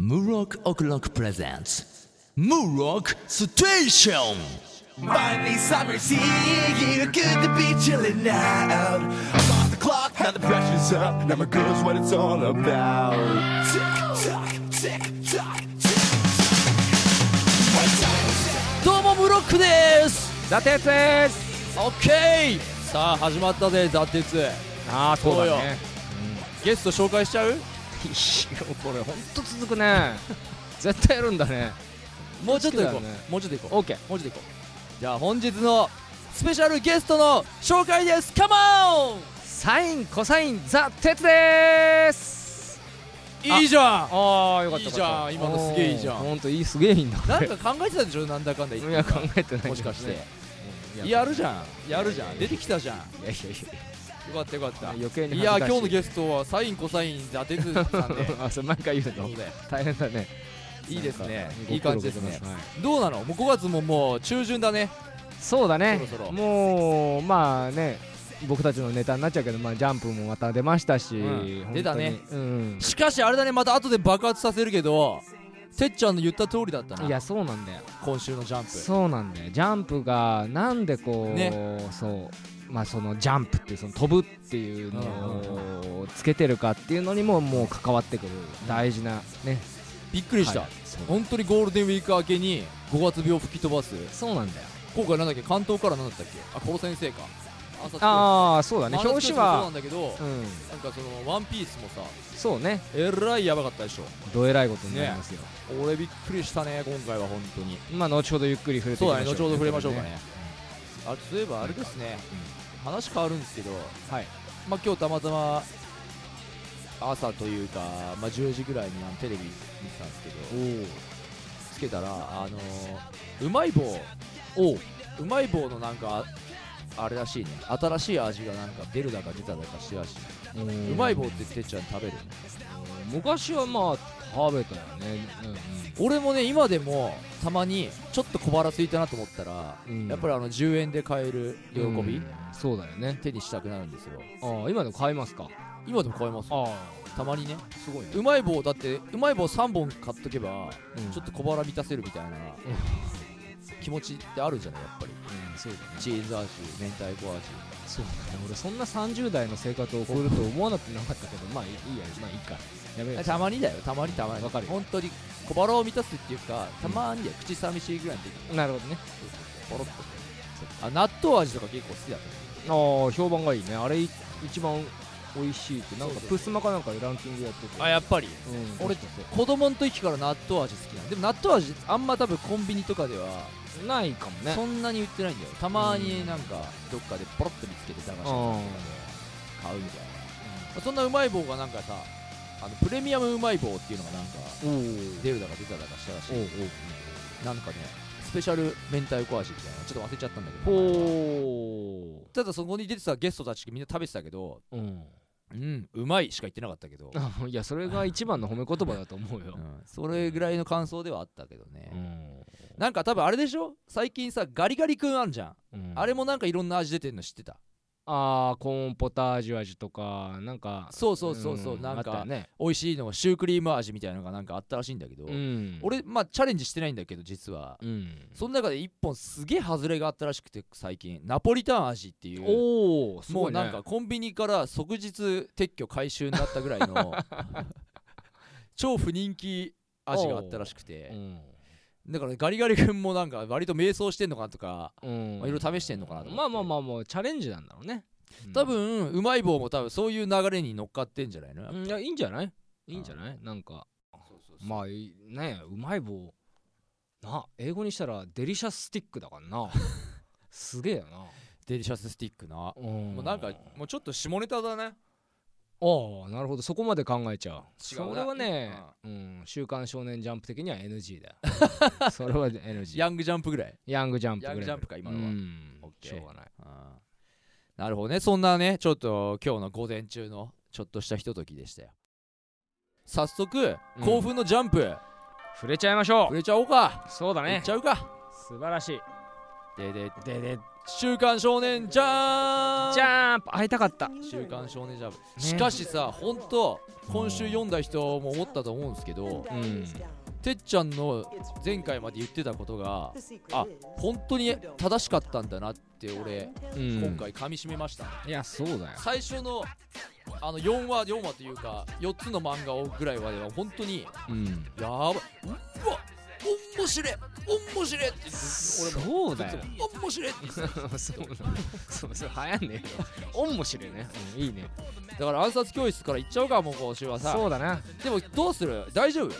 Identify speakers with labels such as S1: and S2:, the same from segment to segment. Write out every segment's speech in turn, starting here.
S1: Murok O'Clock presents Murok Station!
S2: Finally, summer's here. Good to be chilling out. I'm off the clock, now the pressure's up. Now my girl's what it's all about. Tick tock, tick tock, tick tock.
S1: どうもムロックです
S3: 伊達です
S1: オッケーさあ始まったぜ「ザ・鉄
S3: ああそうだね」
S1: ゲスト紹介しちゃう
S3: いいよこれほんと続く ね絶対やるんだね
S1: もうちょっと行こ
S3: 好
S1: う、
S3: きだよね
S1: もうちょっと行こ
S3: オッケー
S1: うもうちょっと行こうじゃあ本日のスペシャルゲストの紹介ですカモン
S3: サインコサインザ・鉄です
S1: いいじゃん
S3: ああよかった
S1: いいじ
S3: よ
S1: ゃん
S3: かった
S1: 今のすげえいいじゃん
S3: おーほんといいすげえいいんだこ
S1: な
S3: れ
S1: んか考えてたでしょなんだかんだ言
S3: い
S1: っ
S3: や
S1: て
S3: 考えてない
S1: もしかして
S3: いや
S1: やるじゃんやるじゃ
S3: いや
S1: ん
S3: いやいや
S1: 出てきたじゃんよ
S3: いやいやい
S1: かったよかった
S3: や余計に
S1: いや今日の
S3: ゲ
S1: ゲストはサインコサインザ・テツさん で
S3: あそれ毎回言う
S1: という
S3: の
S1: ことで
S3: 大変だね
S1: いいです
S3: な
S1: ね
S3: んか
S1: いい感じです
S3: ご
S1: ね
S3: 苦労様
S1: どうなのもう5月ももう中旬だね
S3: そうだね
S1: そろそろ
S3: もうまあね僕たちのネタになっちゃうけど、まあ、ジャンプもまた出ましたし、
S1: うん
S3: 本当に
S1: 出たね
S3: うん
S1: しかしあれだねまた後で爆発させるけどてっちゃんの言った通りだった
S3: い
S1: な
S3: やそうなんだよ
S1: 今週のジャンプ
S3: そうなんだよジャンプがなんでこう、
S1: ね
S3: そうまあそのジャンプっていうその飛ぶっていうのをつけてるかっていうのにももう関わってくる大事なね
S1: びっくりした、
S3: はいそう
S1: 本当にゴールデンウィーク明けに5月病吹き飛ばす
S3: そうなんだよ
S1: 今回なんだっけ関東からなんだったっけあコロ先生か朝
S3: ああそうだね
S1: 真
S3: 表
S1: 夏
S3: 紙
S1: そうな
S3: は
S1: んだけど、
S3: うん
S1: なんかそのワンピースもさ
S3: そうね
S1: えらいやばかったでしょ
S3: どえらいことになりますよ、
S1: 俺びっくりしたね今回は本当に
S3: まあ後ほどゆっくり触れてい
S1: そ
S3: き
S1: う
S3: ま
S1: だ
S3: し
S1: ね
S3: ょう
S1: 後ほど触れましょうかねあそういえばあれですね、話変わるんですけど、
S3: はい
S1: まあ、今日たまたま朝というか、まあ、10時ぐらいにあのテレビ見てたんですけどつけたら、あのーうまい棒
S3: おう
S1: うまい棒のなんかああれらしいね新しい味がなんか出るだか出ただかしてらしい、うまい棒っててっちゃん食べる
S3: 昔はまあ食べたよね、
S1: 俺もね今でもたまにちょっと小腹空いたなと思ったら、
S3: うんうん、
S1: やっぱりあの10円で買える喜び、
S3: うんそうだよね
S1: 手にしたくなるんですよ
S3: ああ今でも買いますか
S1: 今でも買えますよ
S3: あ
S1: たまにね
S3: あすごいね
S1: うまい棒だってうまい棒3本買っとけば
S3: うん
S1: ちょっと小腹満たせるみたいな気持ちってあるじゃないやっぱり
S3: うんそうだね
S1: チーズ味明太子味
S3: そうだね俺そんな30代の生活を送ると思わなくなかったけどまあいいいいやまあいいかやめよう
S1: たまにだよたまにたまに
S3: わかるよ
S1: 本当に小腹を満たすっていうかたまにだよ口寂しいぐらいの時に
S3: なるほどね
S1: ポロッとあ納豆味とか結構好きだっ
S3: ああ評判がいいねあれい一番美味しいってなん
S1: そう
S3: か
S1: そう
S3: プスマかなんかでランキングやってて
S1: たやっぱり
S3: うん
S1: 俺子供の時から納豆味好きなのでも納豆味あんま多分コンビニとかでは
S3: ないかもね
S1: そんなに売ってないんだよたまになんかどっかでポロッと見つけて駄菓子屋さんとかで買うみたいなまあそんなうまい棒がなんかさあのプレミアムうまい棒っていうのがなんか
S3: うんおう
S1: 出るだか出ただかしたらし
S3: おう
S1: いなんかねスペシャル明太子味みたいなちょっと忘れちゃったんだけ
S3: お
S1: ど
S3: う
S1: ただそこに出てたゲストたちみんな食べてたけど
S3: おうん
S1: うんうまいしか言ってなかった けど、
S3: あいやそれが一番の褒め言葉だと思うよ
S1: う、んそれぐらいの感想ではあったけどね、
S3: うん
S1: なんか多分あれでしょ最近さガリガリ君あんじゃん、
S3: うん
S1: あれもなんかいろんな味出てんの知ってた
S3: あーコーンポタージュ味とかなんか
S1: そうそうそうそうなん
S3: あった
S1: か
S3: よね、
S1: 美味しいのがシュークリーム味みたいなのがなんかあったらしいんだけど、
S3: うん、
S1: 俺まあチャレンジしてないんだけど実は
S3: うん
S1: その中で一本すげえ外れがあったらしくて最近ナポリタン味っていう
S3: おおす
S1: も
S3: ご
S1: う
S3: い、ね、
S1: なんかコンビニから即日撤去回収になったぐらいの 超不人気味があったらしく
S3: う
S1: て
S3: ん、
S1: だからガリガリ君もなんか割と迷走してんのかなとか
S3: うん
S1: まあいろいろ試してんのかなと思って
S3: まあまあまあもうチャレンジなんだろうね、うん
S1: 多分うまい棒も多分そういう流れに乗っかってんじゃないの
S3: うんいやいいんじゃないいいんじゃないなんかまあいいねうまい棒な英語にしたらデリシャススティックだから なすげえよな、
S1: デリシャススティックな
S3: うん
S1: もうなんかもうちょっと下ネタだね
S3: ああなるほどそこまで考えちゃう
S1: 違うな
S3: それはね、うん「週刊少年ジャンプ」的には NG だ よそれは NG
S1: ヤングジャンプぐらい
S3: ヤングジャンプぐ
S1: ヤ
S3: らい
S1: ングジャンプか今のは
S3: うん
S1: オッケー
S3: しょうがない
S1: あーなるほどねそんなねちょっと今日の午前中のちょっとしたひとときでしたよ早速
S3: うん
S1: 興奮のジャンプ、
S3: 触れちゃいましょ
S1: 触れちゃおうか
S3: うそうだ
S1: い
S3: ね
S1: っちゃうか
S3: 素晴らしい
S1: でで
S3: でで
S1: 週刊少年ジャーン
S3: ジャンプ会いたかった
S1: 週刊少年ジャンプ、しかしさ本当今週読んだ人も思ったと思うんですけど、
S3: うん
S1: てっちゃんの前回まで言ってたことがあ本当に正しかったんだなって俺、
S3: うん
S1: 今回噛み締めました
S3: いやそうだよ
S1: 最初のあの4話4話というか4つの漫画をぐらいまでは本当に
S3: うん
S1: やばいうわ面白い面白いって言って俺も
S3: そうだよ
S1: 面白いって言って た
S3: そうなのそうそう流行んねえよオンもしれね、うん、いいね
S1: だから暗殺教室から行っちゃおうかもう今週はさ
S3: そうだな
S1: でもどうする大丈夫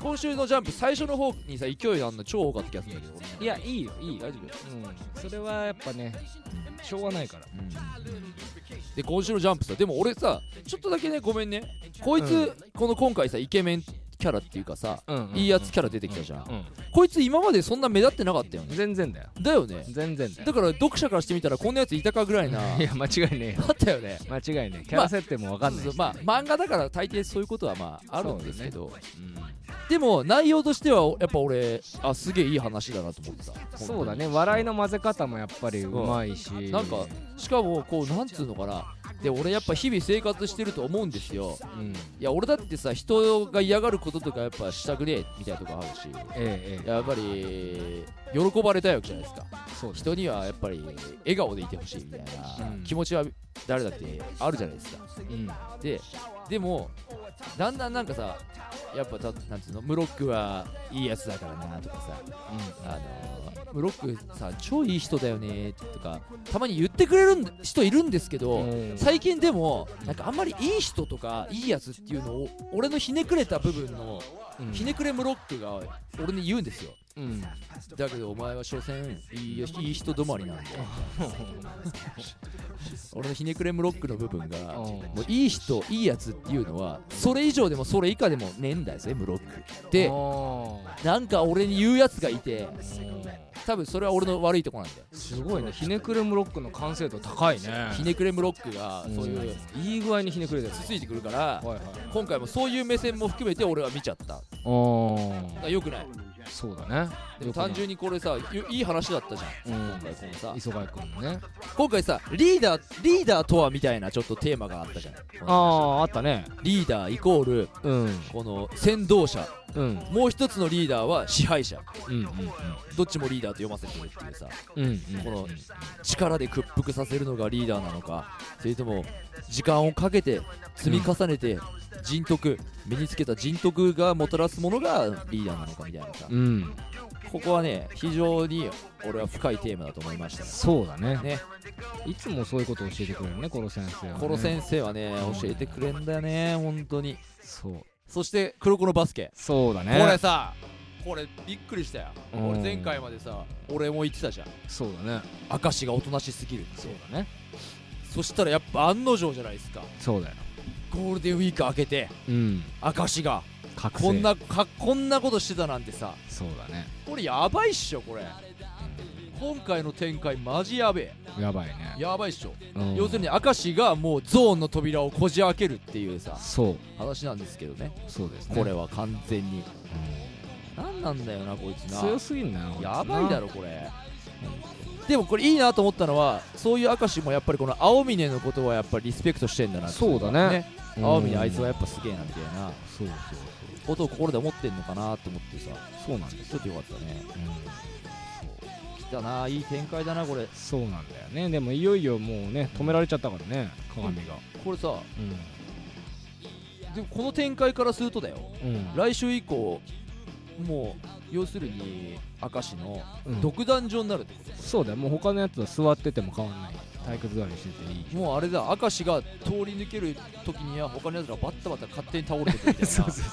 S1: 今週のジャンプ最初の方にさ勢いあんの超多かった気がするんだけど俺
S3: いやいいよいいよ
S1: 大丈
S3: う
S1: 夫
S3: んそれはやっぱねしょうがないから
S1: で今週のジャンプさでも俺さちょっとだけねごめんねこいつ、
S3: うん
S1: この今回さイケメンキャラっていうかさ、
S3: うんうん
S1: いいやつキャラ出てきたじゃん、
S3: うん
S1: こいつ今までそんな目立ってなかったよね
S3: 全然だよ
S1: だよね
S3: 全然だよ
S1: だから読者からしてみたらこんなやついたかぐらいな
S3: い
S1: あ
S3: や間違いねえよ
S1: ったよね
S3: 間違いねえキャラ設定もわかんないし
S1: そうそうまあ漫画だから大抵そういうことはまああるんですけ
S3: う
S1: ど、
S3: ん
S1: でも内容としてはやっぱ俺あすげえいい話だなと思ってた本当に
S3: そうだね笑いの混ぜ方もやっぱりうまいし
S1: なんかしかもこうなんつうのかなで俺やっぱ日々生活してると思うんですよ
S3: うん
S1: いや俺だってさ人が嫌がることとかやっぱしたくねえみたいなとこあるし
S3: えええ
S1: やっぱり喜ばれたいわけじゃないですか
S3: えそうです
S1: 人にはやっぱり笑顔でいてほしいみたいな
S3: うん
S1: 気持ちは誰だってあるじゃないですか
S3: うん
S1: ででもだんだんなんかさやっぱたなんつうのムロックはいいやつだからなとかさあのムロックさ超いい人だよねとかたまに言ってくれるん人いるんですけど、
S3: うん
S1: 最近でもなんかあんまりいい人とかいいやつっていうのを俺のひねくれた部分の
S3: うん
S1: ひねくれムロックが俺に言うんですよ
S3: うん
S1: だけどお前は所詮いいよいい人止まりなんで俺のひねくれムロックの部分が
S3: うん
S1: もういい人いいやつっていうのはそれ以上でもそれ以下でもねえんだぜムロックで
S3: あ
S1: なんか俺に言うやつがいて
S3: ー
S1: 多分それは俺の悪いとこなんだよ
S3: すごいねひねくれムロックの完成度高いね
S1: ひねくれムロックがそういう
S3: いい具合にひねくれてる
S1: つついてくるから
S3: はいはい
S1: 今回もそういう目線も含めて俺は見ちゃっただか
S3: あ
S1: らよくない
S3: あそうだね
S1: でも単純にこれさよいい話だったじゃん
S3: 今
S1: 今回このさ
S3: 磯貝君のね
S1: 今回さリーダーリーダーとはみたいなちょっとテーマがあったじゃん
S3: あああったね
S1: リーダーイコール
S3: うん
S1: この先導者
S3: うん
S1: もう一つのリーダーは支配者
S3: うん
S1: どっちもリーダーと読ませてるっていうさ
S3: うんうん
S1: この力で屈服させるのがリーダーなのかそれとも時間をかけて積み重ねて人徳身につけた人徳がもたらすものがリーダーなのかみたいなさ
S3: うん
S1: ここはね非常に俺は深いテーマだと思いましたね
S3: そうだね
S1: ね
S3: いつもそういうことを教えてくれるねこの先生はね
S1: コロ先生はね教えてくれんだよね本当に
S3: そう
S1: そして黒子のバスケ
S3: そうだ
S1: こ
S3: ね
S1: れさこれびっくりしたよ
S3: うん
S1: 俺前回までさ俺も言ってたじゃん
S3: そうだね
S1: 明石がおとなしすぎるって
S3: そうだね
S1: そしたらやっぱ案の定じゃないですか
S3: そうだよ
S1: ゴールデンウィーク明けて
S3: うん
S1: 明石が
S3: 覚醒
S1: こんなかこんなことしてたなんてさ
S3: そうだね
S1: これやばいっしょこれ今回の展開マジやべ
S3: やばいね
S1: えやばいっしょ
S3: うん
S1: 要するに明石がもうゾーンの扉をこじ開けるっていうさ
S3: そう
S1: 話なんですけどね
S3: そうですね
S1: これは完全に何なんだよなこいつな
S3: 強すぎんな
S1: やばいだろこれでもこれいいなと思ったのはそういう明石もやっぱりこの青峰のことはやっぱりリスペクトしてんだなっていのが
S3: そうだねうん
S1: 青峰あいつはやっぱすげえなみたいな
S3: そうそうそう
S1: ことを心で思ってんのかなと思ってさ
S3: そうなんです
S1: ちょっとよかったね
S3: うん
S1: 来たないい展開だなこれ
S3: そうなんだよねでもいよいよもうね止められちゃったからね鏡が
S1: これさ
S3: う
S1: でもこの展開からするとだよ
S3: んうん
S1: 来週以降もう要するに明石の
S3: うん
S1: 独壇場になるってこと
S3: そうだよもう他のやつは座ってても変わんない体育座りしてて いい
S1: もうあれだ明石が通り抜ける時には他のやつらバッタバタ勝手に倒れてくみたい な
S3: そうそう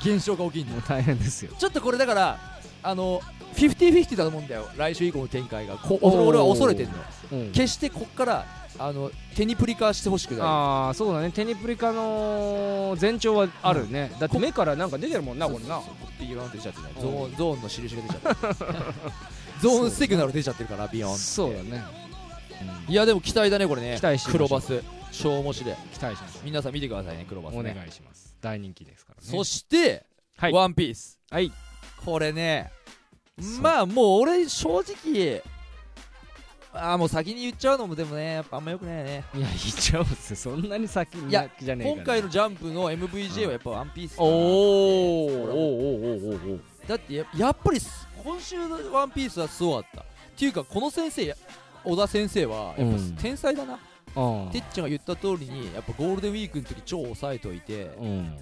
S3: そう
S1: 現象が起きんの
S3: もう大変ですよ
S1: ちょっとこれだからあの50-50だと思うんだよ来週以降の展開がこ俺
S3: おー
S1: 俺は恐れてんの
S3: うん
S1: 決してこっからあの手にプリ化してほしくない
S3: ああそうだねテニプリカの前兆はあるねだって目からなんか出てるもんな
S1: そう
S3: こ
S1: そう
S3: れ
S1: そう
S3: な
S1: ビヨーンって出ちゃってない
S3: うん
S1: ゾーンゾーンの印が出ちゃって るゾーンセグナル出ちゃってるからビヨーンって
S3: そうだね
S1: いやでも期待だねこれね
S3: 期待してみま
S1: 黒
S3: しょ
S1: バ
S3: う
S1: ス小模試で
S3: 期待しましょ
S1: 皆さん見てくださいね黒バス
S3: うお
S1: ね
S3: 願いします大人気ですからね
S1: そして、
S3: はい
S1: ワンピース
S3: はい
S1: これねまあもう俺正直ああもう先に言っちゃうのもでもねやっぱあんまよくないよね
S3: いや言っちゃおうっすそんなに先
S1: いや
S3: じゃねえから
S1: 今回のジャンプの MVJ はやっぱワンピースだ
S3: お
S1: な
S3: ーお
S1: ほ
S3: ーおーおー
S1: ら
S3: おーおー
S1: だってややっぱりす今週の「ワンピースはすごかったっていうかこの先生や小田先生はやっぱ
S3: うん
S1: 天才だな、
S3: お
S1: てっちゃんが言った通りにやっぱゴールデンウィークの時超抑えといて、
S3: うん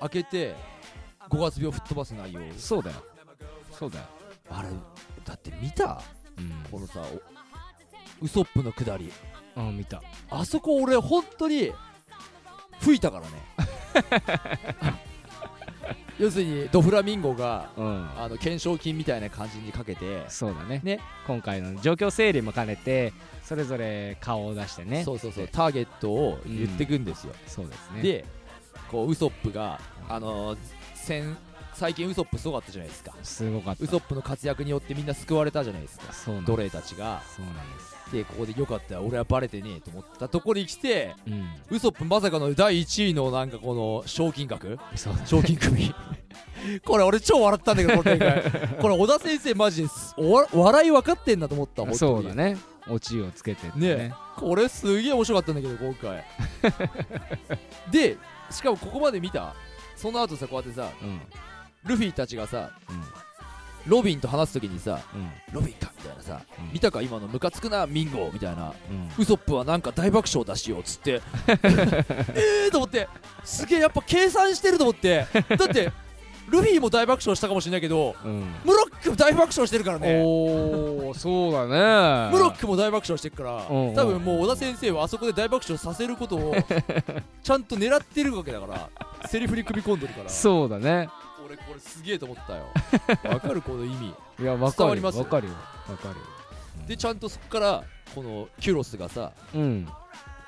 S1: 開けて5月病吹っ飛ばす内容
S3: そうだよそうだよ
S1: あれだって見た
S3: う
S1: このさおウソップのくだり
S3: んあ見た
S1: あそこ俺本当に吹いたからね 要するにドフラミンゴが
S3: うん
S1: あの懸賞金みたいな感じにかけて
S3: そうだね
S1: ね
S3: 今回の状況整理も兼ねてそれぞれ顔を出してね
S1: そうそうそうターゲットを言ってくんですよ、
S3: そうですね
S1: でこうウソップがあのー先最近ウソップすごかったじゃないですか
S3: すごかった
S1: ウソップの活躍によってみんな救われたじゃないですか
S3: そうなんです
S1: 奴隷たちが
S3: そうなんです
S1: でここでよかった俺はバレてねえと思ったところに来て
S3: うん
S1: ウソップまさかの第1位のなんかこの賞金額
S3: そうだ
S1: 賞金組 これ俺超笑ったんだけどこの展開これ小田先生マジですおわ笑い分かってんだと思った本当に
S3: そうだねオチをつけてってね
S1: ねこれすげえ面白かったんだけど今 回でしかもここまで見たその後さこうやってさ
S3: うん
S1: ルフィたちがさロビンと話す時にさ
S3: うん
S1: ロビンかみたいなさ、
S3: うん
S1: 見たか今のムカつくなミンゴみたいな
S3: うん
S1: ウソップはなんか大爆笑出しようっつって えーと思ってすげえやっぱ計算してると思って だってルフィも大爆笑したかもしれないけど
S3: うんうん
S1: ムロックも大爆笑してるからね
S3: おおそうだね
S1: ムロックも大爆笑してるから
S3: うんうん
S1: 多分もう小田先生はあそこで大爆笑させるこ とをちゃんと狙ってるわけだからセリフに組み込んでるから
S3: そうだね
S1: 俺これすげえと思ったよわかるこの意味
S3: いやわ
S1: 伝
S3: か
S1: わ
S3: る
S1: り
S3: よ
S1: ます
S3: わかるよわかるよ
S1: でちゃんとそこからこのキュロスがさ
S3: うん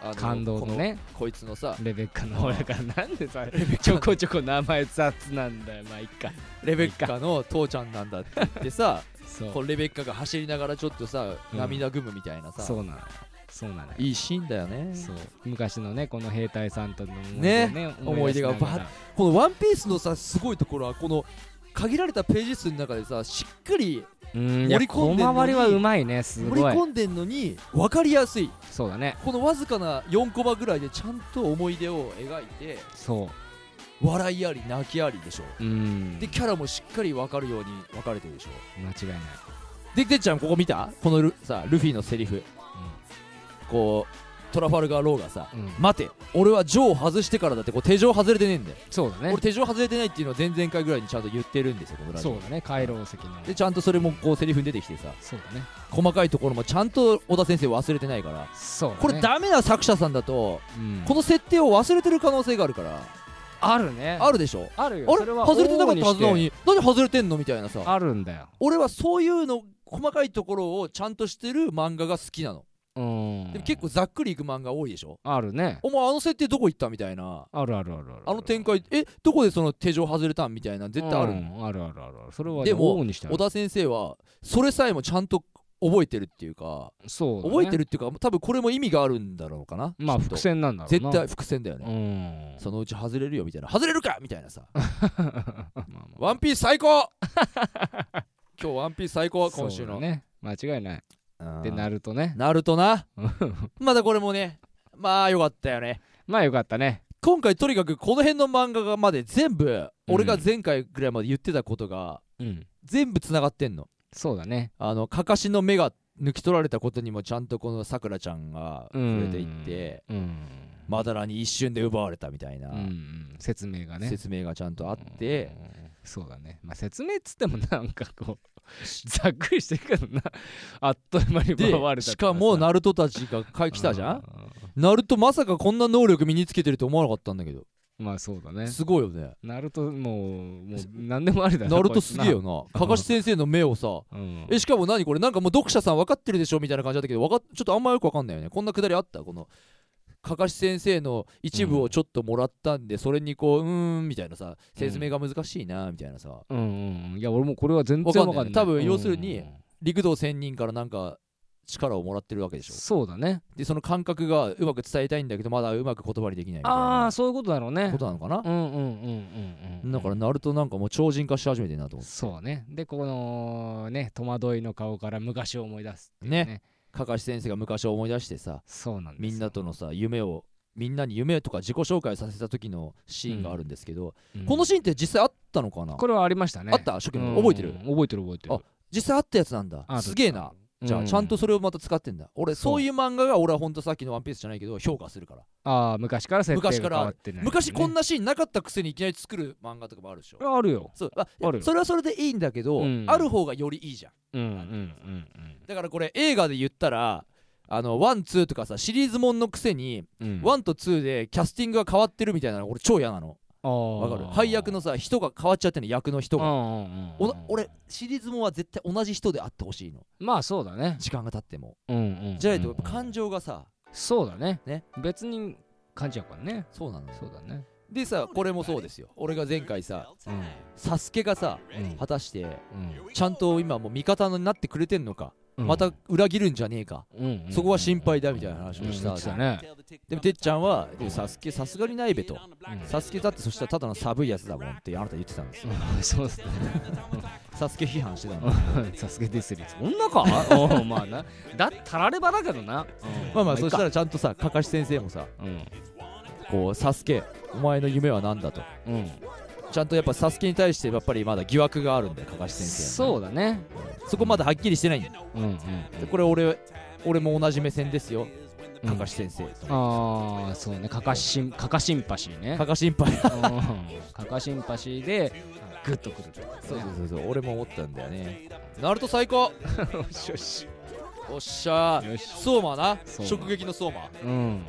S1: あの
S3: 感動のね
S1: このこいつのさ
S3: レベッカの親がなんでさちょこちょこ名前雑なんだよまあいっか
S1: レベッカの父ちゃんなんだって言ってさ
S3: そう
S1: このレベッカが走りながらちょっとさ
S3: うん
S1: 涙ぐむみたいなさ、
S3: そうなのよそうなのよ
S1: いいシーンだよね
S3: そう昔のねこの兵隊さんとの思い出,、
S1: ね
S3: ね
S1: 思い出が
S3: 思出しな
S1: ばこの「ワンピースのさすごいところはこの限られたページ数の中でさしっかり
S3: うんい
S1: 盛
S3: や
S1: り込んでんのに
S3: 小回りはうまいねす
S1: 盛り
S3: ごい
S1: 込んでんのに分かりやすい
S3: そうだね
S1: このわずかな4コマぐらいでちゃんと思い出を描いて
S3: そ
S1: 笑いあり泣きありでしょ
S3: ううん
S1: でキャラもしっかり分かるように分かれてるでしょ
S3: 間違いない、
S1: でてっちゃんここ見たこのルさルフィのセリフこうトラファルガー・ローがさ
S3: うんうん
S1: 「待て俺はジョーを外してからだ」ってこう手錠外れてねえんだよ
S3: そうだね
S1: 俺手錠外れてないっていうのは前々回ぐらいにちゃんと言ってるんですよこのラジ
S3: そ
S1: オ
S3: うだね回廊石の
S1: でちゃんとそれもこうセリフに出てきてさ
S3: そうだね
S1: 細かいところもちゃんと小田先生忘れてないから
S3: そうだね
S1: これ、ダメな作者さんだと
S3: うん
S1: この設定を忘れてる可能性があるから
S3: あるね
S1: あるでしょ
S3: あるよ
S1: あれ
S3: それは
S1: 外れてなかったはずな
S3: 往
S1: の
S3: 々して
S1: に何外れてんのみたいなさ
S3: あるんだよ
S1: 俺はそういうの細かいところをちゃんとしてる漫画が好きなの
S3: うん
S1: でも結構ざっくりいく漫画多いでしょ
S3: あるね
S1: お前あの設定どこ行ったみたいな
S3: あるあるあるある
S1: あの展開えどこでその手錠外れたんみたいな絶対ある
S3: う、んあるあるあるあるそれは
S1: でも
S3: 往々にしてあ
S1: 小
S3: る
S1: 田先生はそれさえもちゃんと覚えてるっていうか
S3: そうだね
S1: 覚えてるっていうか多分これも意味があるんだろうかな
S3: まあ
S1: きっと
S3: 伏線なんだろう
S1: 絶
S3: な
S1: 対伏線だよね、
S3: うん
S1: そのうち外れるよみたいな外れるかみたいなさ 「
S3: まあまあ
S1: ワンピース最高! 」 今日「ワンピース最高」今
S3: そ
S1: 週の、
S3: うだね間違いない
S1: うん
S3: でナルトね
S1: なると なまだこれもねまあよかったよね
S3: まあよかったね
S1: 今回とにかくこの辺の漫画がまで全部俺が前回ぐらいまで言ってたことが
S3: うん
S1: 全部つながってんの
S3: そうだね
S1: あのかかしの目が抜き取られたことにもちゃんとこのさくらちゃんが
S3: うん
S1: 触れていって
S3: うん
S1: まだらに一瞬で奪われたみたいな
S3: うんうん説明がね
S1: 説明がちゃんとあって
S3: うんそうだねまあ説明っつってもなんかこう ざっくりしてるけどな あっという間に
S1: で
S3: 奪われた
S1: しかも
S3: ル
S1: ナルトたちがか来たじゃんナルトまさかこんな能力身につけてると思わなかったんだけど
S3: まあそうだね
S1: すごいよ ね
S3: ナルトもうもう何でもありだな
S1: ナル
S3: こ
S1: ト
S3: いつ
S1: す
S3: な
S1: げえよなかかし先生の目をさ
S3: うん
S1: えしかも何これなんかもう読者さん分かってるでしょみたいな感じだったけどわかっちょっとあんまよく分かんないよねこんなくだりあったこのかかし先生の一部をちょっともらったんで、それにこううーんみたいなさ説明が難しいなみたいなさ、
S3: うんうんうんいや俺もこれは全然わかんない
S1: わかんない多分要するに
S3: うん
S1: 陸道仙人からなんか力をもらってるわけでしょ
S3: そうだね
S1: でその感覚がうまく伝えたいんだけどまだうまく言葉にできないみたい
S3: あ
S1: な
S3: あそういうことだろうね
S1: ことなのかな
S3: うんうんうんうんうん
S1: だからナルトなんかもう超人化し始めてるなと思っ
S3: そうねでこのね戸惑いの顔から昔を思い出す
S1: てね
S3: ね
S1: かかし先生が昔を思い出してさ
S3: そうなんです
S1: みんなとのさ夢をみんなに夢とか自己紹介させた時のシーンがあるんですけど、
S3: うん
S1: このシーンって実際あったのかな
S3: これはありましたね
S1: あった初期の覚えてる
S3: うん覚えてる覚えてる
S1: 実際あったやつなんだ
S3: あ
S1: すげえなじゃあちゃんとそれをまた使ってんだ俺
S3: そう
S1: そういう漫画が俺はほんとさっきの「ワンピースじゃないけど評価するから
S3: ああ昔から設定が
S1: 昔
S3: 変
S1: から
S3: わってない、
S1: 昔こん
S3: な
S1: なシーンなかったくせにいきなり作る漫画とかもあるでしょ
S3: あるよ
S1: そうあ
S3: あるよ
S1: それはそれでいいんだけど、
S3: うん
S1: ある方がよりいいじゃん
S3: うんうんうん
S1: だからこれ映画で言ったらあのワンツーとかさシリーズもんのくせに、
S3: うんうん
S1: ワンとツーでキャスティングが変わってるみたいなの俺超嫌なの
S3: あー
S1: わかる配役のさ人が変わっちゃってるの役の人
S3: うんう
S1: が
S3: んうん
S1: おな俺シリーズもんは絶対同じ人であってほしいの
S3: まあそうだね
S1: 時間が経っても
S3: うんうんうん
S1: じゃないとやっぱ感情がさ
S3: そうだね
S1: ね
S3: 別に感じやからね
S1: そうなのよ
S3: そうだね
S1: でさこれもそうですよ俺が前回さ
S3: うん
S1: サスケがさ果たして
S3: うん
S1: ちゃんと今もう味方になってくれてんのか、
S3: うん
S1: また裏切るんじゃねえか、
S3: うんうん
S1: そこは心配だみたいな話をした、
S3: うんしたね
S1: でもてっちゃんは「でもサスケさすがにないべ」と
S3: うん
S1: 「サスケだってそしたらただの寒いやつだもん」ってあなた言ってたんですよ
S3: うんそうっすね
S1: サスケ批判して たの
S3: さすがディスリーそんなか おうまあなだたらればだけどな
S1: まあまあそした
S3: ら
S1: らちゃんとさかかし先生もさ
S3: うん
S1: こう「サスケお前の夢は何だ?」と
S3: うん
S1: ちゃんとやっぱサスケに対してやっぱりまだ疑惑があるんだよかかし先生
S3: そうだね
S1: うそこまだはっきりしてないんだよ
S3: うんうん
S1: でこれ俺俺も同じ目線ですよ
S3: うん
S1: かかし先生
S3: ああそうねカカシンカカシンパシーね
S1: かかしんぱい
S3: うんカカシンパシーでグッとくるってこと
S1: そう
S3: ね
S1: そうそうそう俺も思ったんだよねナルト最高
S3: よしよし
S1: おっしゃー
S3: よし
S1: 相馬な
S3: 相馬
S1: 直撃の相馬
S3: うん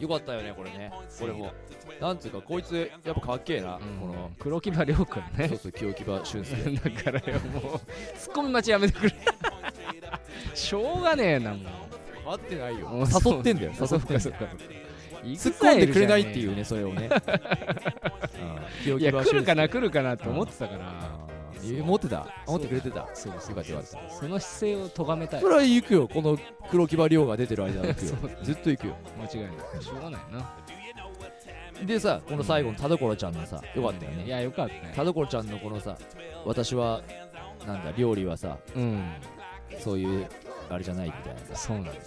S1: よかったよねこれねこれもなんつうかこいつやっぱかっけえな、この
S3: 黒木場亮君ね
S1: そうそう清木場俊介
S3: だからよもうツッコミ待ちやめてく れしょうがねえなも
S1: 合ってないよ
S3: う
S1: 誘って んだよ誘
S3: そ
S1: っ
S3: う
S1: てんだ
S3: そ
S1: よ
S3: うかそうか
S1: 突っ込んでくれないっていうねそれをね、うん清
S3: いや来るかな
S1: 来
S3: 来るかなって思ってたから
S1: 持ってた持ってくれてた
S3: そうです
S1: よかったよかった
S3: その姿勢を咎めたい
S1: それは行くよこの黒木場亮が出てる間は行くよ
S3: そう
S1: ずっと行くよ
S3: 間違いないしょうがないな
S1: でさこの最後の田所ちゃんのさよかったよ
S3: い
S1: ね
S3: やよかったね
S1: 田所ちゃんのこのさ私はなんだ料理はさ
S3: うん
S1: そういうあれじゃないみたいなさ
S3: そうなんだよ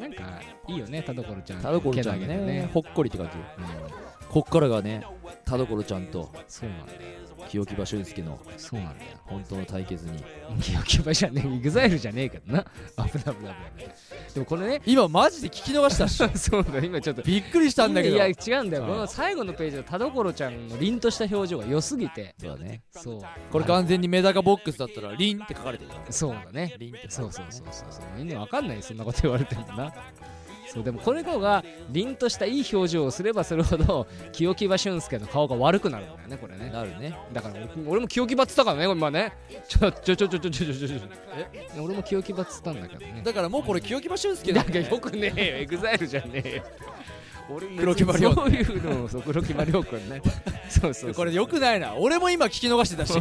S3: なんかいいよね田所ちゃん
S1: 田所ちゃん
S3: け
S1: ね
S3: なげで
S1: ほっこりって感
S3: う
S1: じ
S3: ん
S1: こっからがね田所ちゃんと
S3: そうなんだよ
S1: 清木場俊介の
S3: そうなんだよ
S1: 本当の対決に
S3: キヨキヨバじゃねえ、イグザイルじゃねえけどな。危ない危ない危ない。でもこれね、
S1: 今マジで聞き逃したっしょ
S3: そうだ、今ちょっと。
S1: びっくりしたんだけど
S3: いや、違うんだよ。
S1: うん
S3: この最後のページの田所ちゃんの凛とした表情が良すぎて。
S1: そうだね
S3: そう。
S1: これ
S3: か。
S1: 完全にメダカボックスだったらリンって書かれてる
S3: そうだね。
S1: リンって書
S3: そ
S1: かれ
S3: う
S1: て
S3: そ
S1: る
S3: うそうそうそう。みんなわかんないよそんなこと言われてもな。そうでもこれの方が凛としたいい表情をすればするほど清木場俊介の顔が悪くなるんだよねこれね
S1: なるね
S3: だから俺俺も清木場っつったからね今ねちょちょちょちょちょちょちょちょえ俺も清木場っつったんだけどね
S1: だからもうこれ清木場俊介
S3: な
S1: だ
S3: ん
S1: もん
S3: か
S1: ね
S3: よくねえよ、エグザイルじゃね えよ。俺
S1: 黒木場亮
S3: そういうのもそう、黒木場亮君ね。 そうそうそう。
S1: これよくないな俺も今聞き逃してたし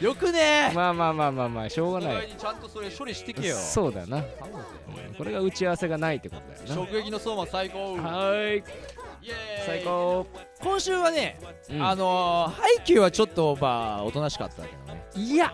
S1: よくね
S3: まあまあまあまあまあ、しょう
S1: えお
S3: がな
S1: 互
S3: い。
S1: いにちゃんとそれ処理してけよ
S3: そうだな。これが打ち合わせがないってことだよ
S1: 直撃の相馬最高
S3: な。はーい、
S1: イエーイ
S3: 最高。
S1: 今週はね
S3: うん
S1: あのー、ハイキューはちょっとまあおとなしかったけどね
S3: いや、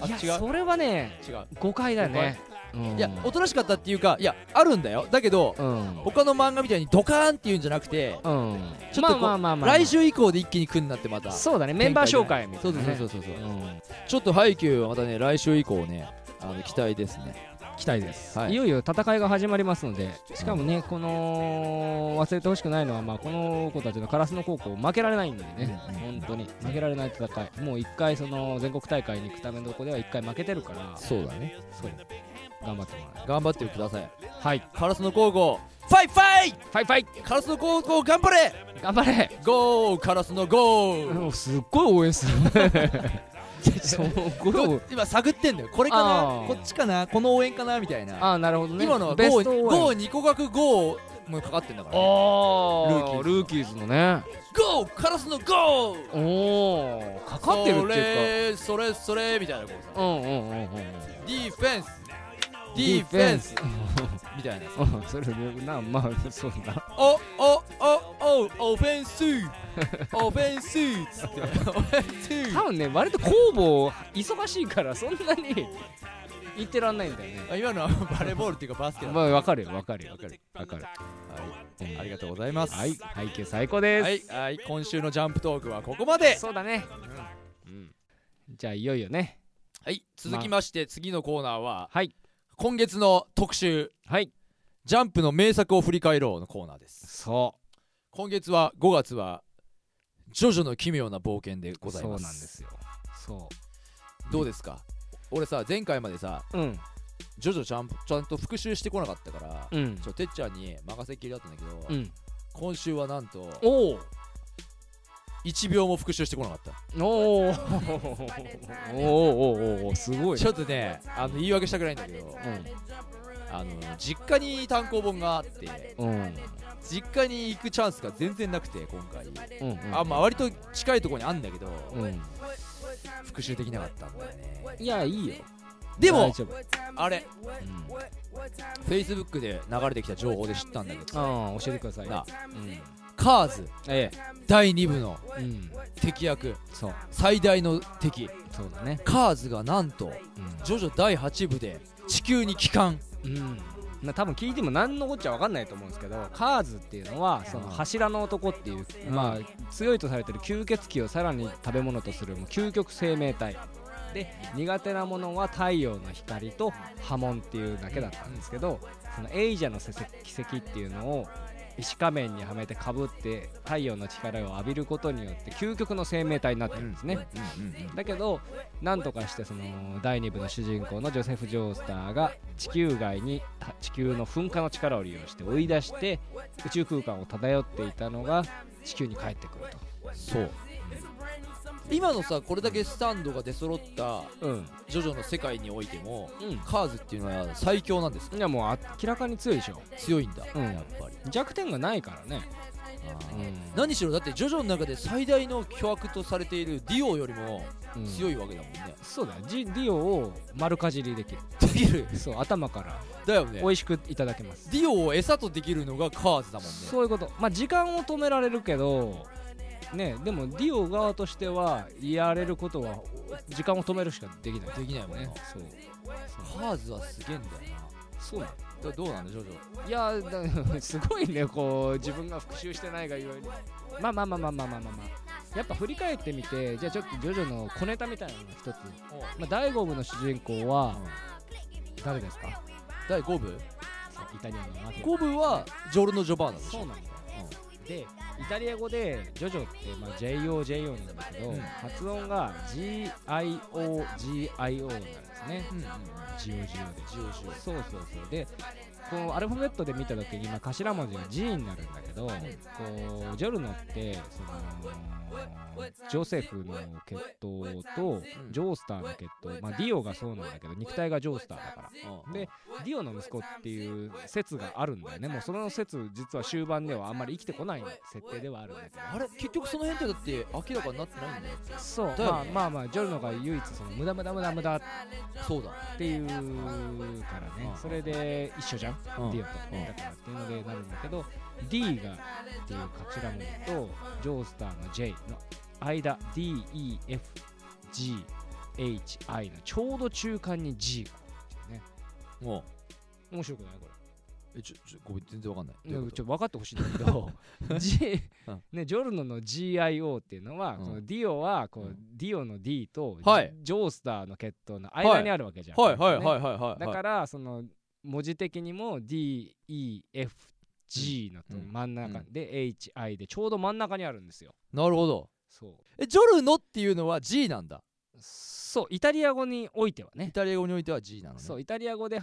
S1: あ
S3: いや
S1: 違う
S3: それはね、
S1: 違う
S3: 誤解だよね。うん
S1: いやおとなしかったっていうかいやあるんだよだけど
S3: うん。
S1: 他の漫画みたいにドカーンっていうんじゃなくて
S3: うん。
S1: ちょっ
S3: ま
S1: と
S3: あ
S1: こう
S3: まあまあまあ。
S1: 来週以降で一気に来んなってまた
S3: そうだね、メンバー紹介みた
S1: そ
S3: いうな
S1: そ
S3: ね。
S1: うそうそうそう
S3: うん
S1: ちょっとハイキューはまたね来週以降ねあの期待ですね
S3: 期待です、
S1: はい
S3: い、よいよ戦いが始まりますのでしかもね、この忘れてほしくないのは、まあ、この子たちの烏野高校負けられないんでね、
S1: うんうん
S3: 本当に負けられない戦いもう1回その全国大会に行くためのとこでは1回負けてるから
S1: そうだね
S3: そう頑張ってもらえ
S1: 頑張ってください
S3: はい
S1: カラスの高校ファイトファイト
S3: ファイファイ
S1: カラスの高校頑張れ
S3: 頑張れ
S1: ゴーカラスのゴー
S3: すっごい応援する すごい応
S1: ど
S3: 援
S1: 今探ってんだよこれか
S3: あー
S1: なこっちかなこの応援かなみたいな
S3: ああなるほどね
S1: 今のは
S3: ベス
S1: ゴ
S3: ト応援
S1: ーニコガクゴーもうかかってんだから、ね、
S3: あ
S1: ルーキーズ
S3: ールーキーズの
S1: の
S3: ね
S1: ゴーカラスのゴー
S3: おーかかってるっていうか
S1: それそれそれみたいなこう
S3: う
S1: さ
S3: んうんうんうん
S1: ディフェンス
S3: デ
S1: デ
S3: ィ
S1: ィフ
S3: フ
S1: ェ
S3: ェ
S1: ン
S3: ン
S1: ス
S3: ス
S1: みたいなさ
S3: うんそれでなまあそうだ
S1: おおおおオフェンス オフェンスつってオフェンス
S3: 多分ね割と工房忙しいからそんなに言ってらんないんだよね
S1: あ今のはバレーボールっていうかバスケだ、
S3: まあわかるよわかるよわかるわかる
S1: はい、ありがとうございます
S3: はい背景最高です、
S1: はい、はい、今週のジャンプトークはここまで
S3: そうだね
S1: うん
S3: じゃあいよいよね
S1: はい続きまして次のコーナーは
S3: はい
S1: 今月の特集
S3: はい
S1: ジャンプの名作を振り返ろうのコーナーです
S3: そ
S1: 今月は5月はジョジョの奇妙な冒険で
S3: う
S1: ございます
S3: そうなんですよそ
S1: どうですか俺さ前回までさ
S3: ううん
S1: ジョジョちゃんちゃんと復習してこなかったから、
S3: うん
S1: ちょてっちゃんに任せっきりだったんだけど、
S3: うん
S1: 今週はなんと
S3: おお
S1: 1秒も復習してこなかった
S3: おおおーおーおーすごい
S1: ちょっとねあの言い訳したくないんだけど
S3: うん
S1: あの実家に単行本があって
S3: うん
S1: 実家に行くチャンスが全然なくて今回、
S3: うんうん
S1: あまあ割と近いところにあんだけど、
S3: うん
S1: 復習できなかったんだよね
S3: いやいいよ
S1: でも
S3: 大丈夫
S1: あれ
S3: うん、
S1: Facebook で流れてきた情報で知ったんだけど
S3: ああ教えてください
S1: な
S3: うん
S1: カーズ
S3: え
S1: 第2部の
S3: えうん
S1: 敵役
S3: そう
S1: 最大の敵
S3: そうだね
S1: カーズがなんとジョジョ第8部で地球に帰還
S3: うん、な多分聞いても何のこっちゃ分かんないと思うんですけどカーズっていうのはその柱の男っていう、まあ、強いとされてる吸血鬼をさらに食べ物とするもう究極生命体で苦手なものは太陽の光と波紋っていうだけだったんですけどそのエイジャの奇跡っていうのを石仮面にはめてかぶって太陽の力を浴びることによって究極の生命体になってるんですね、だけどなんとかしてその第2部の主人公のジョセフ・ジョースターが地球外にた地球の噴火の力を利用して追い出して宇宙空間を漂っていたのが地球に帰ってくる
S1: そう今のさこれだけスタンドが出揃った
S3: とうん
S1: ジョジョの世界においても
S3: う
S1: カーズっていうのは最強なんですか
S3: んいやもう明らかに強いでしょ
S1: 強いんだ、
S3: うん
S1: やっぱり、
S3: 弱点がないからねうん
S1: 何しろだってジョジョの中で最大の巨悪とされているディオよりも
S3: うん
S1: 強いわけだもんね、
S3: そうだよジディオを丸かじりできる
S1: できる
S3: そう頭から
S1: だよね
S3: 美味しくいただけます
S1: ディオを餌とできるのがカーズだもんね
S3: そういうことまあ時間を止められるけどねでもディオ側としてはやれることは時間を止めるしかできない
S1: できないもんね
S3: ねそう
S1: カーズはすげえんだよ
S3: そうな
S1: などどうなんでジョジョ
S3: のいやだ すごいねこう自分が復習してないがゆえにまあまあまあまあまあまあまあ、まあ、やっぱ振り返ってみてじゃあちょっとジョジョの小ネタみたいなのが一つ、まあ、第5部の主人公は誰ですか
S1: 第5部
S3: イタリアのマフィア
S1: 5部はジョルノ・ジョバーナでし
S3: そう
S1: ょ
S3: なんだよ、でイタリア語でジョジョって、まあ、JOJO なんだけど、
S1: うん
S3: 発音が GIOGIO なんですね
S1: うんう
S3: GOGO で
S1: ん
S3: GOGO そうそうそうでこのアルファベットで見た時に、まあ、頭文字が G になるんだけど、こうジョルノってそのジョセフの血統とジョースターの血統、まあ、ディオがそうなんだけど肉体がジョースターだから
S1: うん
S3: でディオの息子っていう説があるんだよねもうその説実は終盤ではあんまり生きてこない設定ではあるんだけど
S1: あれ結局その辺ってだって明らかになってないんだよ
S3: そう
S1: だよ
S3: まあ
S1: ね
S3: まあまあジョルノが唯一その無駄無駄無駄無駄っ
S1: そうだ、
S3: ていうからね
S1: うん
S3: それで一緒じゃん
S1: うん
S3: ディオと
S1: うん
S3: だからっていうのでなるんだけど D がっていう頭文字とジョースターの J の間 DEFGHI のちょうど中間に G があるっていうね
S1: もう
S3: 面白くないこれ
S1: えちょちょごめん全然わかんない
S3: いや
S1: どういう
S3: ち
S1: こと
S3: ょっと分かってほしいんだけど、G
S1: うん
S3: ね、ジョルノの GIO っていうのは、
S1: うん
S3: このディオはこう、
S1: うん
S3: ディオの D と、
S1: はい
S3: ジョースターの血統の
S1: は
S3: 間
S1: い
S3: にあるわけじゃん。
S1: はいはい
S3: ね
S1: はいはいはい
S3: だ
S1: は
S3: か
S1: い
S3: らその文字的にも DEFG のと
S1: うん
S3: 真ん中、
S1: うん
S3: で HI でちょうど真ん中にあるんですよ。
S1: なるほど
S3: そう
S1: えジョルノっていうのは G なんだ
S3: そうイタリア語においては
S1: イ
S3: ね
S1: タリア語においては G なのね
S3: そうイタリア語で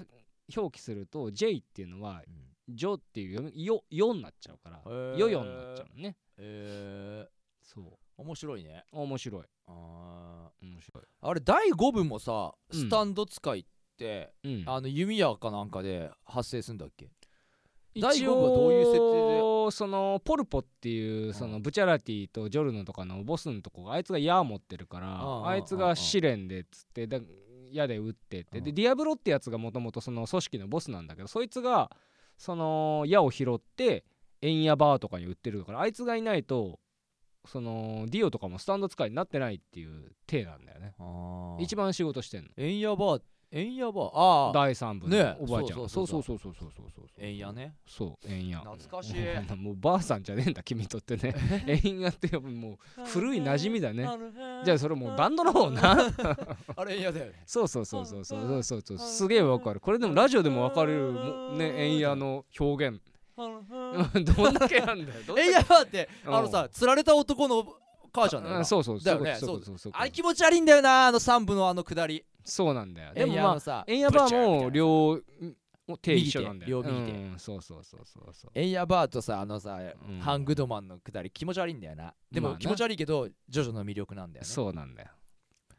S3: 表記すると J っていうのは
S1: うん
S3: ジョっていう読みよよになっちゃうから
S1: へー
S3: ヨヨになっちゃうのね。
S1: え
S3: そう
S1: ー、面白いね
S3: 面白い
S1: あ
S3: 面白い
S1: ーあれ第5部もさ
S3: うん
S1: スタンド使いって、
S3: うん、
S1: あの弓矢かなんかで発生するんだっけ第五部はどういう設定
S3: でそのポルポっていうそのブチャラティとジョルノとかのボスのとこがあいつが矢持ってるから
S1: あ
S3: あ
S1: あ
S3: いつが試練でっつってだ矢で撃ってってで
S1: うん
S3: ディアブロってやつがもともとその組織のボスなんだけどそいつがその矢を拾って円矢バーとかに売ってるからあいつがいないとそのディオとかもスタンド使いになってないっていう体なんだよね
S1: あー
S3: 一番仕事してんの
S1: エンヤバーエンヤバーああ
S3: 第3部
S1: ね
S3: のおばあちゃんが
S1: そ
S3: そうう
S1: そ
S3: そううそうそうそうそうそう
S1: エンヤね
S3: そう円矢
S1: 懐かしい
S3: もうもうばあさんじゃねえんだ君にとってね縁がってもう古い馴染みだねじゃあそれもうバンドの方な
S1: あれエンヤだよね
S3: そうそうそうそうそうそうそうそうすげえわかるこれでもラジオでもわかるもね縁屋の表現どんだけなんだよどんだ
S1: エ
S3: け
S1: ンヤバーって
S3: うん
S1: あのさ釣られた男の母ちゃんだ
S3: う
S1: よなん
S3: そうそう
S1: だよね
S3: そういうことそういうことそういうこと
S1: あれ気持ち悪いんだよなあの三部のあの下り
S3: そうなんだよ
S1: で
S3: で
S1: も
S3: も
S1: ま
S3: ま
S1: あ
S3: あ
S1: さ
S3: 縁屋バーも両んもう手
S1: 右手
S3: 一緒なんだよ
S1: 両右手
S3: うんそうそうそうそうそう
S1: エンヤバーとさあのさ
S3: うん
S1: ハングドマンの下り気持ち悪いんだよなで
S3: まあ
S1: も
S3: な
S1: 気持ち悪いけどジョジョの魅力なんだよね
S3: そうなんだよ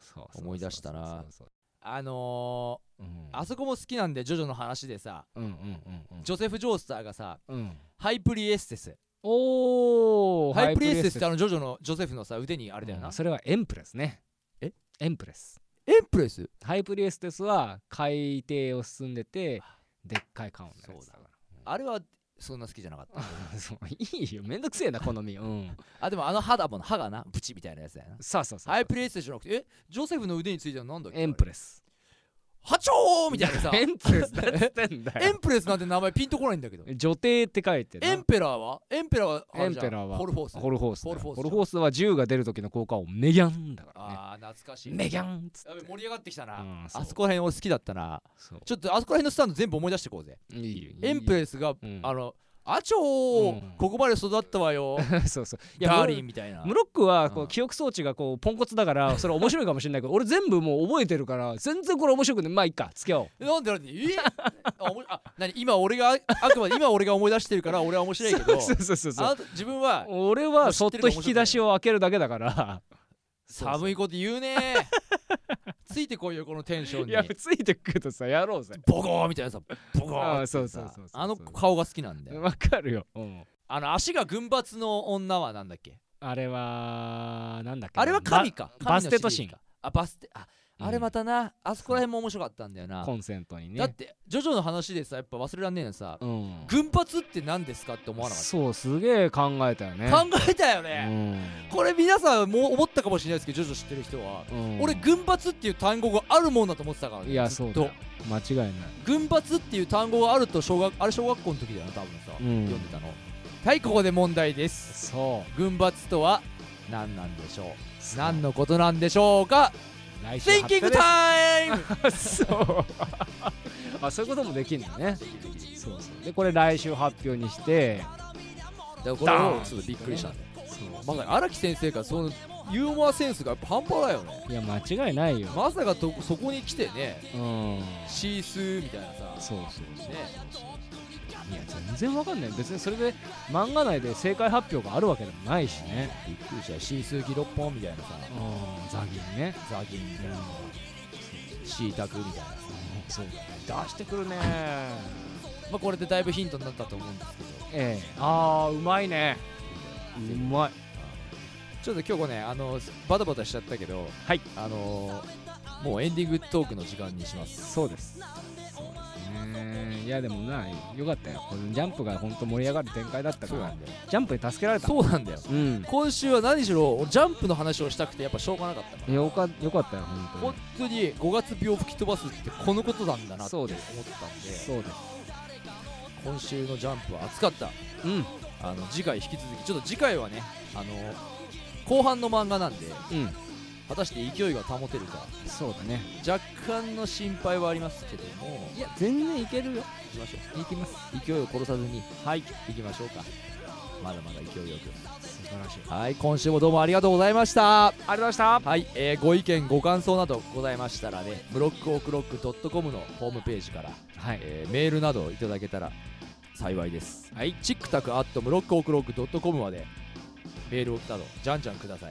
S3: そうそうそうそう
S1: 思い出したな
S3: そうそう
S1: あの
S3: うん
S1: ーあそこも好きなんでジョジョの話でさ
S3: うんうんうんうん
S1: ジョセフ・ジョースターがさ
S3: うん
S1: ハイプリエステス
S3: おー
S1: ハイプリエステスって
S3: あ
S1: あのジョジョのジョセフのさ腕にあれだよな
S3: それはエンプレスね
S1: え
S3: エンプレス
S1: エンプレス
S3: ハイプリエステスは海底を進んでてでっかい缶を
S1: そうだ
S3: か
S1: あれはそんな好きじゃなかった
S3: ら そういいよめんどくせえな好み うん
S1: あでもあの歯だもん歯がなブチみたいなやつだよな
S3: さあさあさあ
S1: ハイプリエステスじゃなくてえジョセフの腕についてはなんだっけ
S3: エンプレス
S1: ハチョーみたいなさ
S3: エンプレスだっつってんだ
S1: エ
S3: よ
S1: ンプレスなんて名前ピンとこないんだけど
S3: 女帝って書いてな
S1: エンペラーはエンペラーはあ
S3: エ
S1: れ
S3: ン
S1: じゃん
S3: ペラーは
S1: ホルフォース
S3: ホルホースだよ
S1: ホルフォース
S3: ホルホースは銃が出る時の効果をメギャンだからね
S1: ああ懐かしい
S3: メギャンっつって
S1: やべ盛り上がってきたな、
S3: うんそう
S1: あそこら辺俺好きだったな
S3: そう
S1: ちょっとあそこら辺のスタンド全部思い出してこうぜ
S3: いいよいいよ
S1: エンプレスが、
S3: うん
S1: あのあちょー、
S3: うん
S1: ここまで育ったわよ
S3: そうそう いや
S1: ダーリンみたいな
S3: ムロックはこ
S1: うん
S3: う記憶装置がこうポンコツだ からそれ面白いかもしれないけど俺全部もう覚えてるから全然これ面白くないまあいいか付き合おう
S1: なんでなんでえ あおもあ何今俺がああくまで今俺が思い出してるから俺は面白いけど
S3: そうそうそう
S1: あ
S3: そう
S1: なた自分は
S3: 俺
S1: もう
S3: は
S1: 知
S3: そ
S1: っ
S3: って
S1: る
S3: と引き出しを開けるだけだから
S1: 寒いこと言うねついてこいよこのテンション
S3: いや
S1: に
S3: ついてくるとさやろうぜ
S1: ボコーみたいなさボコー
S3: あ
S1: って
S3: ー
S1: さ
S3: そうそうそうそう
S1: あの顔が好きなんだよ
S3: わかるよ、うん
S1: あの足が群抜の女はなんだっけ
S3: あれはなんだっけな
S1: あれは神か
S3: ババ
S1: 神
S3: ス
S1: の
S3: テトシ
S1: シリーズ
S3: ン
S1: かあバステああれまたな、あそこら辺も面白かったんだよな
S3: コンセントにね
S1: だってジョジョの話でさやっぱ忘れらんねえのさ、
S3: うん
S1: 群発って何ですかって思わなかっ
S3: そうすげえ考えたよね
S1: た、考えたよ
S3: え
S1: ね、これ皆さんもう思ったかもしれないですけどジョジョ知ってる人は、俺
S3: グ
S1: 群発っていう単語があるもんだと思ってたからね
S3: いや
S1: ず
S3: そ
S1: っ
S3: うだ
S1: と
S3: よ間違いない
S1: 群発っていう単語があると小学あれ小学校の時だよな多分さ、
S3: うん
S1: 読んでたのはいここで問題です
S3: そ
S1: 群発とは何なんでしょう
S3: う
S1: 何のことなんでしょうか
S3: 来週発表
S1: Thinking
S3: です
S1: time!
S3: そうあそういうこともできるんだねそうそうでこれ来週発表にして
S1: だからこ
S3: ダーン
S1: ちょっとびっくりしたねまさに荒木先生がそのユーモアセンスがやっぱ半端だよね
S3: いや間違いないよ、
S1: まさかとそこに来てね
S3: うん
S1: シースーみたいなさ
S3: そうそうそう
S1: ね
S3: いや全然わかんない別にそれで漫画内で正解発表があるわけでもないしね
S1: びっくりしたよシースーギロッポンみたいなさ
S3: うんザギンね
S1: ザギンみたいなシータクみたいなさ、
S3: そうだね出してくるね
S1: まあ、これでだいぶヒントになったと思うんですけど
S3: ええあーうまいねうまい
S1: ちょっと今日これねあのバタバタしちゃったけど
S3: はい
S1: あのもうエンディングトークの時間にします
S3: そうですいやでもなよかったよこのジャンプが本当盛り上がる展開だったから
S1: だよ
S3: ジャンプに助けられた
S1: そうなんだよ
S3: うん
S1: 今週は何しろ俺ジャンプの話をしたくてやっぱしょうがなかったから
S3: よかよかったよ本
S1: 本当に5月病吹き飛ばすってこのことなんだなって
S3: そ
S1: 思っ
S3: う
S1: て
S3: で
S1: たん
S3: 当
S1: で
S3: にそうです
S1: 今週のジャンプは熱かった
S3: うん
S1: あの次回引き続きちょっと次回はねあの後半の漫画なんで
S3: うん
S1: 果たして勢いが保てるか
S3: そうだね
S1: 若干の心配はありますけども
S3: いや全然いけるよ
S1: 行きましょ
S3: いきます
S1: う勢いを殺さずに
S3: はい
S1: 行きましょうかまだまだ勢いよく
S3: 素晴らしい
S1: はい今週もどうもありがとうございました
S3: ありがとうございまし
S1: はい、えーご意見ご感想などございましたらねブロックオクロックドットコムのホームページから、
S3: たはい
S1: えーメールなどをいただけたら幸いです
S3: はい
S1: チックタクアットブロックオクロックドットコムまでメールをなどじゃんじゃんください、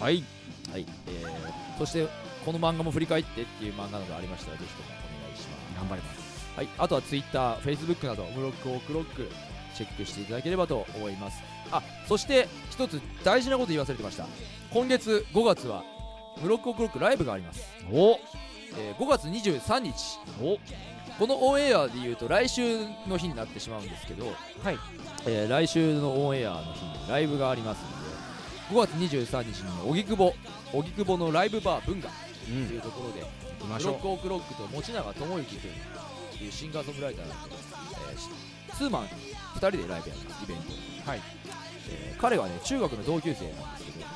S3: はい
S1: はいえーそしてこの漫画も振り返ってっていう漫画などありましたらぜひともお願いします
S3: 頑張ります
S1: はい、あとは TwitterFacebook などムロックオークロックチェックしていただければと思いますあそして一つ大事なこと言い忘れてました今月5月はムロックオークロックライブがあります
S3: お
S1: えー5月23日
S3: お
S1: このオンエアで言うと来週の日になってしまうんですけど、
S3: はい
S1: えー来週のオンエアの日にライブがありますので5月23日に荻窪荻窪のライブバー文化
S3: う
S1: と
S3: ん
S1: いう
S3: 行
S1: ところで、
S3: きま
S1: ブ
S3: し
S1: ロ
S3: ょ
S1: ックオークロックと持永智之君というシンガーソングライターの、えーしツーマン2人でライブやりますイベント
S3: はい
S1: えー彼はね中学の同級生なんですけど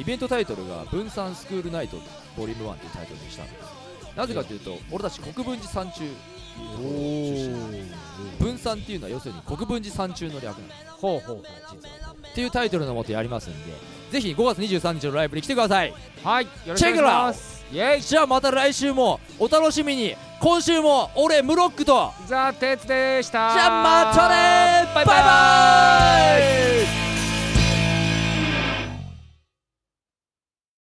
S1: イベントタイトルが「分散スクールナイトボリューム1」というタイトルにしたんですなぜかというと俺たち国分寺山中という
S3: う
S1: ところ出身なんです分散っていうのは要するに国分寺山中の略なんです
S3: ほうほうほ
S1: っていうタイトルのもとやりますんでぜひ5月23日のライブに来てくださいう
S3: はいよろし
S1: チェ
S3: くお願いしま
S1: ックラウ
S3: すイェイ
S1: じゃあまた来週もお楽しみに今週も俺ムロックと
S3: ザ・テツでした
S1: じゃあまたね
S3: バイバイ
S1: バイバイ